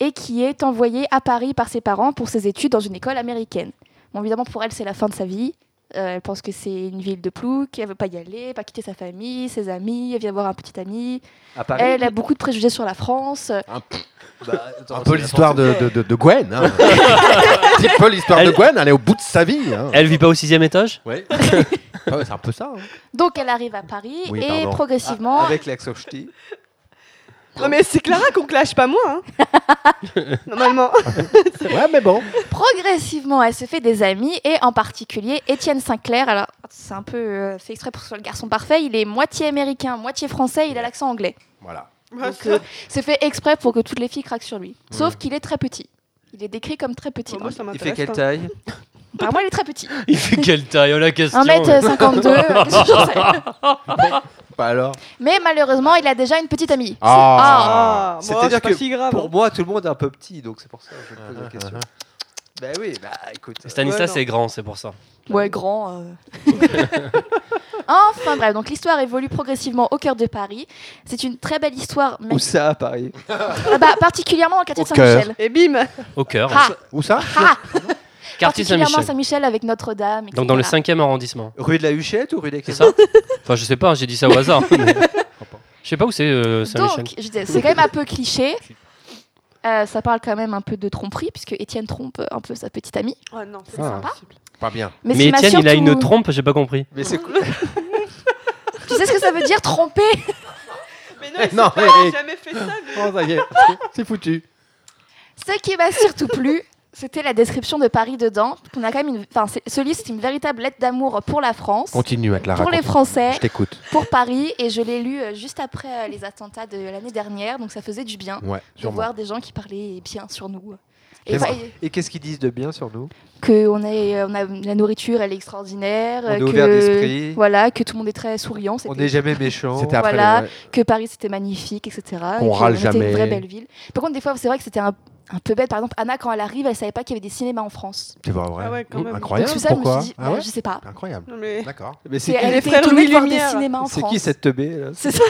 H: et qui est envoyée à Paris par ses parents pour ses études dans une école américaine. Bon, évidemment, pour elle, c'est la fin de sa vie. Euh, elle pense que c'est une ville de plouc, elle veut pas y aller, pas quitter sa famille, ses amis, elle vient voir un petit ami.
G: À Paris
H: Elle a beaucoup de préjugés sur la France.
G: Bah, attends,
E: Un peu
G: c'est
E: l'histoire de,
G: n'importe
E: de, de, de Gwen. Hein. un petit peu l'histoire de
D: Elle-
E: Gwen, elle est au bout de sa vie. Hein.
D: Elle vit pas au sixième étage
E: Ouais. Ah ouais, c'est un peu ça. hein.
H: Donc elle arrive à Paris
E: Oui,
H: et
E: pardon.
G: quoi. Ah,
H: progressivement,
G: avec l'axe ch'ti.
F: Non, mais c'est Clara qu'on clash, pas moi. hein. Normalement.
E: Ouais, mais bon.
H: progressivement, elle se fait des amis et en particulier Étienne Sinclair. Alors c'est un peu euh, fait exprès pour que ce soit le garçon parfait. Il est moitié américain, moitié français. Il a l'accent anglais.
E: Voilà.
H: Donc, euh, c'est fait exprès pour que toutes les filles craquent sur lui. Sauf qu'il est très petit. Il est décrit comme très petit.
F: Bon, moi, ça
G: Il fait
F: m'intéresse
G: quelle
F: pas.
G: taille
H: Par moi, il est très petit.
D: Il fait quelle taille Oh la question
H: 1m52. euh, qu'est-ce que j'en sais
E: Pas Bah, alors.
H: Mais malheureusement, il a déjà une petite amie.
E: Ah.
F: Ah, moi,
G: C'est-à-dire
F: c'est pas
G: que
F: si grave.
K: Ah,
G: Pour moi, tout le monde est un peu petit, donc c'est pour ça que je me pose la question. Bah oui, bah écoute. euh,
D: Stanislas
F: Ouais, non.
D: est grand, c'est pour ça.
H: Ouais, grand. euh. enfin bref, donc l'histoire évolue progressivement au cœur de Paris. C'est une très belle histoire, mais-
G: Où ça à Paris
H: Ah bah, particulièrement dans le quartier de
E: Au cœur.
H: Saint-Michel.
F: Et bim
D: Au cœur.
H: Ah,
E: Où ça
H: ah,
D: Quartier
H: particulièrement
D: Saint-Michel.
H: Saint-Michel avec Notre-Dame.
D: Donc dans le
H: etc.
D: 5e arrondissement.
G: Rue de la Huchette ou rue des
D: C'est ça Enfin, je sais pas, j'ai dit ça au hasard. mais- Je sais pas où c'est euh, Saint-Michel.
H: Donc, je disais, c'est quand même un peu cliché. Euh, ça parle quand même un peu de tromperie, puisque Étienne trompe un peu sa petite amie.
F: Oh non, c'est
E: Ah.
F: sympa.
E: Pas bien.
H: Mais, ce
D: Mais
H: qui m'a
D: Étienne, il a
H: surtout-
D: une trompe, j'ai pas compris.
E: Mais c'est
H: Tu sais ce que ça veut dire, tromper
F: Mais non, il s'est
E: Non,
F: pas-
E: Eric.
F: jamais fait ça. lui.
E: Oh, ça y est, c'est foutu.
H: Ce qui m'a surtout plu, c'était la description de Paris dedans. On a quand même une... enfin, c'est- ce livre, c'est une véritable lettre d'amour pour la France,
E: Continue, à Clara.
H: pour les
E: continue.
H: Français,
E: Je t'écoute.
H: pour Paris. Et je l'ai lu euh, juste après euh, les attentats de l'année dernière, donc ça faisait du bien
E: Ouais,
H: de
E: sûrement.
H: voir des gens qui parlaient bien sur nous.
G: C'est
H: Et
G: vrai.
H: bah,
G: Et qu'est-ce qu'ils disent de bien sur nous
H: que on est, on a la nourriture, elle est extraordinaire,
G: On est
H: que
G: ouvert d'esprit.
H: voilà, que tout le monde est très souriant,
G: On
H: c'était-
G: n'est jamais méchant.
E: C'était après.
H: Voilà.
E: les- ouais.
H: que Paris c'était magnifique, etc. Et
E: On
H: que
E: râle
H: Était
E: jamais.
H: une vraie belle ville. Par contre, des fois, c'est vrai que c'était un, un peu bête. Par exemple, Anna, quand elle arrive, elle savait pas qu'il y avait des cinémas en France.
E: C'est pas vrai.
F: Ah ouais,
E: Mmh,
F: quand même. Euh,
H: Donc,
E: Incroyable.
H: tout ça, je
E: Pourquoi
H: me suis dit,
E: Ah
H: bah,
E: ouais
H: je sais pas.
E: Incroyable.
F: Non, mais...
E: D'accord.
G: Mais
H: Et
G: c'est
H: elle
G: qui,
F: les
H: était
F: frères
H: étonnée de voir
F: Louis-Lumière.
H: des cinémas en
G: c'est
H: France.
G: qui cette teubée là
H: C'est ça.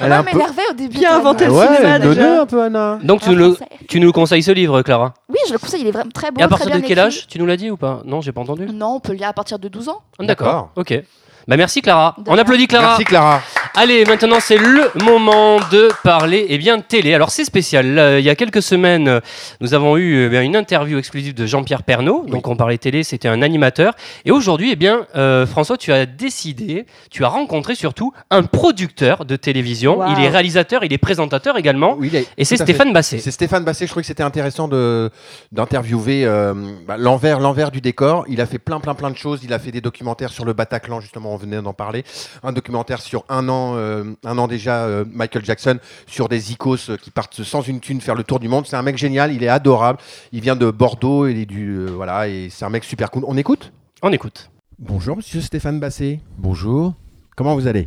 E: Elle a un
H: mais
E: peu.
H: énervée au début.
F: Bien
H: quand même.
F: inventé le
E: Ah ouais,
F: cinéma
E: neuneu
F: déjà.
E: un peu, Anna.
D: Donc tu
H: Ah, Un
D: nous, le-
H: Français.
D: tu nous le conseilles ce livre, Clara
H: Oui, je le conseille, il est vraiment très beau.
D: Et à
H: très
D: partir de
H: bien
D: quel
H: écrit.
D: âge Tu nous l'as dit ou pas Non, j'ai pas entendu.
H: Non, on peut le lire à partir de 12 ans.
D: D'accord.
E: D'accord.
D: Ok. Bah merci Clara.
H: De
D: On
H: rien.
D: applaudit Clara.
E: Merci, Clara.
D: Allez, maintenant c'est le moment de parler eh bien, de télé. Alors c'est spécial. Là, il y a quelques semaines, euh, nous avons eu euh, bien, une interview exclusive de Jean-Pierre Pernaud. Donc on parlait télé, c'était un animateur. Et aujourd'hui, eh bien, euh, François, tu as décidé, tu as rencontré surtout un producteur de télévision.
F: Wow.
D: Il est réalisateur, il est présentateur également.
E: Oui, il est-
D: Et c'est
E: tout à fait.
D: Stéphane Basset.
E: C'est Stéphane Basset, je trouvais que c'était intéressant de d'interviewer euh, bah, l'envers l'envers du décor. Il a fait plein plein plein de choses. Il a fait des documentaires sur le Bataclan, justement, on venait d'en parler. Un documentaire sur un an euh, un an déjà euh, Michael Jackson, sur des icos euh, qui partent sans une thune faire le tour du monde. C'est un mec génial, il est adorable. Il vient de Bordeaux, il est du euh, voilà et c'est un mec super cool. On écoute.
D: On écoute.
E: Bonjour Monsieur Stéphane Basset.
K: Bonjour.
E: Comment vous allez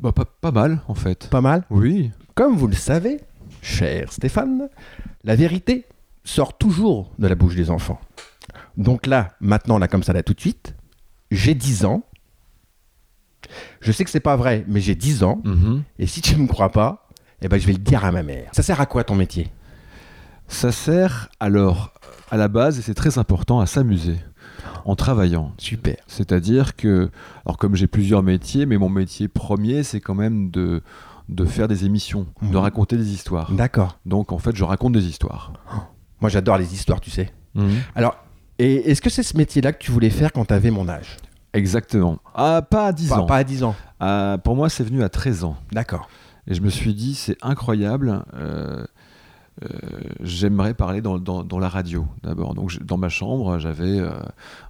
K: Bah, pas, pas mal, en fait.
E: Pas mal.
K: Oui.
E: Comme vous le savez, cher Stéphane, la vérité sort toujours de la bouche des enfants. Donc là, maintenant, là, comme ça, là, tout de suite, j'ai 10 ans. Je sais que c'est pas vrai, mais j'ai 10 ans.
K: Mhm.
E: Et si tu me crois pas, eh ben, je vais le dire à ma mère. Ça sert à quoi ton métier
K: Ça sert, alors, à la base, et c'est très important, à s'amuser en travaillant.
E: Super.
K: C'est-à-dire que, alors comme j'ai plusieurs métiers, mais mon métier premier, c'est quand même de, de faire des émissions, de
E: Mhm.
K: raconter des histoires.
E: D'accord. Oh.
K: Donc, en fait, je raconte des histoires. Mhm.
E: Moi, j'adore les histoires, tu sais. Alors, et est-ce que c'est ce métier-là que tu voulais faire quand t'avais mon âge
K: Exactement. Ah, pas à 10
E: pas,
K: ans.
E: pas à 10 ans.
K: Ah, pour moi, c'est venu à 13 ans.
E: D'accord.
K: Et je me suis dit, c'est incroyable. euh, euh, J'aimerais parler dans, dans- dans la radio d'abord. Donc, je- dans ma chambre, j'avais euh,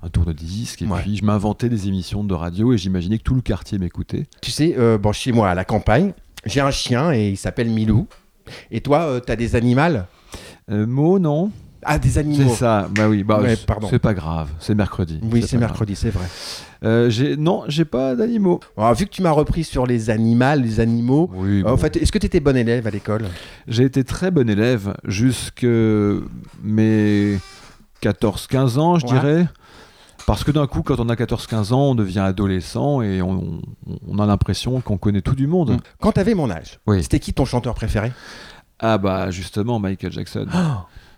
K: un tour de disque et
E: Ouais.
K: puis je m'inventais des émissions de radio et j'imaginais que tout le quartier m'écoutait.
E: Tu sais, euh, bon, chez moi, à la campagne, j'ai un chien et il s'appelle Milou. Et toi, euh, t'as des animaux
K: Euh, Mo, non
E: Ah, des
K: C'est
E: animaux.
K: ça. Bah oui, bah,
E: Ouais,
K: c'est-
E: pardon.
K: c'est pas grave. C'est mercredi.
E: Oui, c'est
K: pas grave.
E: mercredi, c'est vrai.
K: Euh, j'ai- non, j'ai pas d'animaux.
E: Alors, vu que tu m'as repris sur les animaux, les animaux. euh,
K: Oui,
E: En
K: bon.
E: fait, est-ce que tu étais bon élève à l'école
K: J'ai été très bon élève jusque mes 14-15 ans, je
E: Ouais.
K: dirais. Parce que d'un coup, quand on a 14-15 ans, on devient adolescent et on, on- on a l'impression qu'on connaît tout du monde.
E: Mmh. Quand t'avais mon âge,
K: Oui.
E: c'était qui ton chanteur préféré
K: Ah bah justement, Michael Jackson.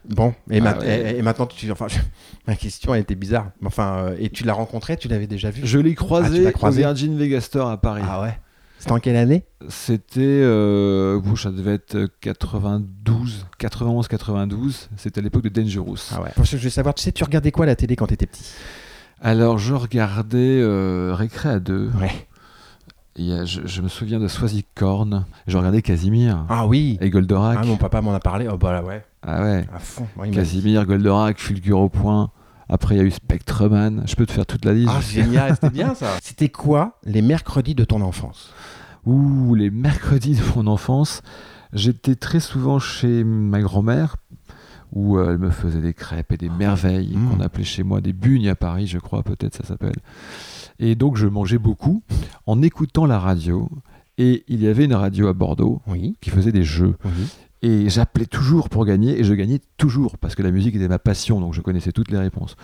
E: Bon, et,
K: Oh. Ah
E: ma-
K: ouais.
E: et- et maintenant, tu, enfin, ma question elle était bizarre. Mais Enfin, euh, et tu l'as rencontré, tu l'avais déjà vu
K: Je l'ai
E: Ah, tu
K: croisé,
E: l'as croisé
K: au Virgin Megastore à Paris.
E: Ah ouais. C'était en quelle année
K: C'était, euh, bon, ça devait être 92, 91-92. C'était à l'époque de Dangerous.
E: Ah ouais. Parce que je veux savoir, tu sais, tu regardais quoi à la télé quand t'étais petit
K: Alors je regardais euh, Récré à deux.
E: Ouais.
K: Il y a- je, je me souviens de Swazik Korn. Je regardais Casimir.
E: Ah oui.
K: Et Goldorak.
E: Ah, mon papa m'en a parlé. Oh bah ouais,
K: Ah ouais.
E: à fond. Ouais, il m'a-
K: Casimir, Goldorak, Fulgur au point. Après, il y a eu Spectreman. Je peux te faire toute la liste.
E: Ah, génial, c'était bien ça. C'était quoi les mercredis de ton enfance
K: Ouh, les mercredis de mon enfance, j'étais très souvent chez ma grand-mère où euh, elle me faisait des crêpes et des merveilles
E: Mmh.
K: qu'on appelait chez moi des bugnes à Paris, je crois, peut-être ça s'appelle. Et donc, je mangeais beaucoup en écoutant la radio. Et il y avait une radio à Bordeaux
E: Oui.
K: qui faisait des jeux.
E: Oui.
K: Et j'appelais toujours pour gagner, et je gagnais toujours, parce que la musique était ma passion, donc je connaissais toutes les réponses.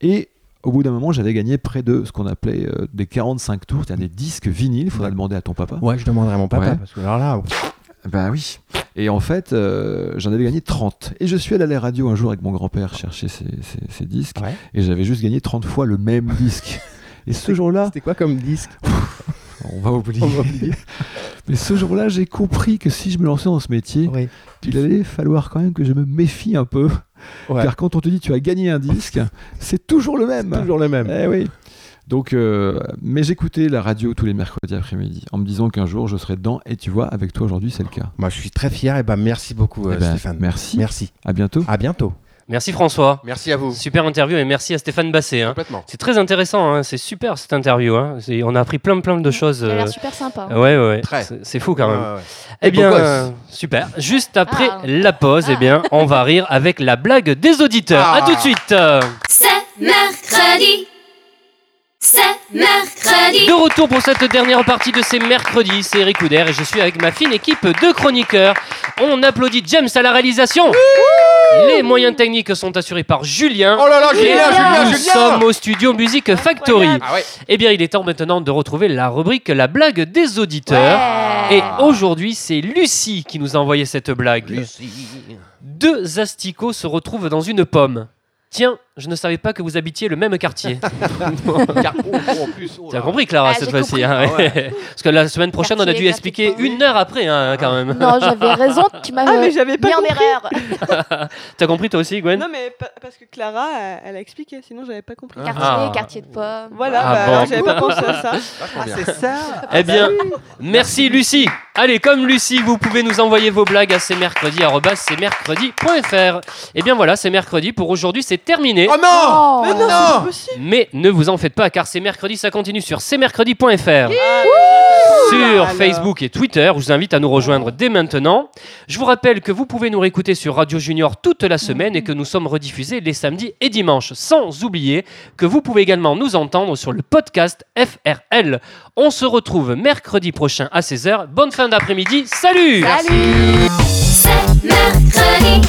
K: Et au bout d'un moment, j'avais gagné près de ce qu'on appelait euh, des 45 tours, c'est-à-dire des disques vinyles, faudra demander à ton papa.
E: Ouais, je demanderai à mon papa,
K: Ouais.
E: parce que alors là.
K: Bah oui. Et en fait, euh, j'en avais gagné 30. Et je suis allé à la radio un jour avec mon grand-père chercher ses, ses- ses disques,
E: Ouais.
K: et j'avais juste gagné 30 fois le même disque. Et ce jour-là,
E: C'était quoi comme disque
K: on va oublier. Mais ce jour-là, j'ai compris que si je me lançais dans ce métier,
E: Oui.
K: il allait falloir quand même que je me méfie un peu.
E: Ouais.
K: Car quand on te dit tu as gagné un disque, c'est toujours le même.
E: Toujours le même.
K: Eh oui. Donc, euh, mais j'écoutais la radio tous les mercredis après-midi en me disant qu'un jour je serais dedans. Et tu vois, avec toi aujourd'hui, c'est le cas.
E: Moi, je suis très fier. Et ben, merci beaucoup, euh,
K: Eh ben,
E: Stéphane.
K: Merci.
E: Merci.
K: À bientôt.
E: À bientôt.
D: Merci François.
E: Merci à vous.
D: Super interview et merci à Stéphane Basset. hein.
E: Complètement.
D: C'est très intéressant, hein, c'est super cette interview. hein. C'est- On a appris plein plein de choses.
H: Elle a
D: euh,
H: l'air super sympa.
D: Ouais, ouais, ouais.
E: Très.
D: C'est- C'est fou quand même.
E: Ouais, ouais.
D: Eh bien,
E: beau gosse.
D: euh, super. Juste après
H: Ah.
D: la pause, eh bien, on va rire avec la blague des auditeurs. À
E: Ah.
D: tout de suite. euh.
C: C'est mercredi. C'est mercredi.
D: De retour pour cette dernière partie de ces mercredis, c'est Eric Couder et je suis avec ma fine équipe de chroniqueurs. On applaudit James à la réalisation. Les moyens techniques sont assurés par Julien.
E: Oh là là,
D: Et
E: Julien, Julien,
D: nous
E: Julien
D: sommes au studio Music Factory.
E: Ah ouais.
D: Eh bien, il est temps maintenant de retrouver la rubrique La blague des auditeurs. Et aujourd'hui, c'est Lucie qui nous a envoyé cette blague. Deux asticots se retrouvent dans une pomme. Tiens, je ne savais pas que vous habitiez le même quartier.
E: Car- oh, oh, en plus, oh
D: T'as
E: là.
D: compris, Clara,
H: Ah,
D: cette
H: j'ai
D: fois-ci.
H: compris.
D: hein, ouais. Parce que la semaine prochaine, on a dû
H: Quartier,
D: expliquer
H: quartier.
D: une heure après, hein, quand même.
H: Non, j'avais raison, tu m'as
F: Ah, mais j'avais pas
H: mis en
F: compris.
H: erreur.
D: T'as compris, toi aussi, Gwen
F: Non, mais pa- parce que Clara, elle, elle a expliqué, sinon j'avais pas compris.
H: Quartier,
D: Ah.
H: quartier de pommes.
F: Voilà,
D: Ah
F: bah,
D: bon.
F: alors, j'avais pas pensé à ça.
E: Vachement bien.
G: Ah, c'est ça
D: Eh
F: bah
D: bien, merci Lucie. Allez, comme Lucie, vous pouvez nous envoyer vos blagues à cmercredi.fr. Eh bien voilà, c'est mercredi. Pour aujourd'hui, c'est terminé.
E: Oh non
H: Oh.
F: Mais Ah non, c'est
E: non.
F: pas possible.
D: Mais ne vous en faites pas, car c'est mercredi, ça continue sur cmercredi.fr. Sur
F: Alors.
D: Facebook et Twitter, je vous invite à nous rejoindre dès maintenant. Je vous rappelle que vous pouvez nous réécouter sur Radio Junior toute la semaine et que nous sommes rediffusés les samedis et dimanches. Sans oublier que vous pouvez également nous entendre sur le podcast FRL. On se retrouve mercredi prochain à 16h. Bonne fin d'après-midi. Salut
H: Salut
C: C'est mercredi.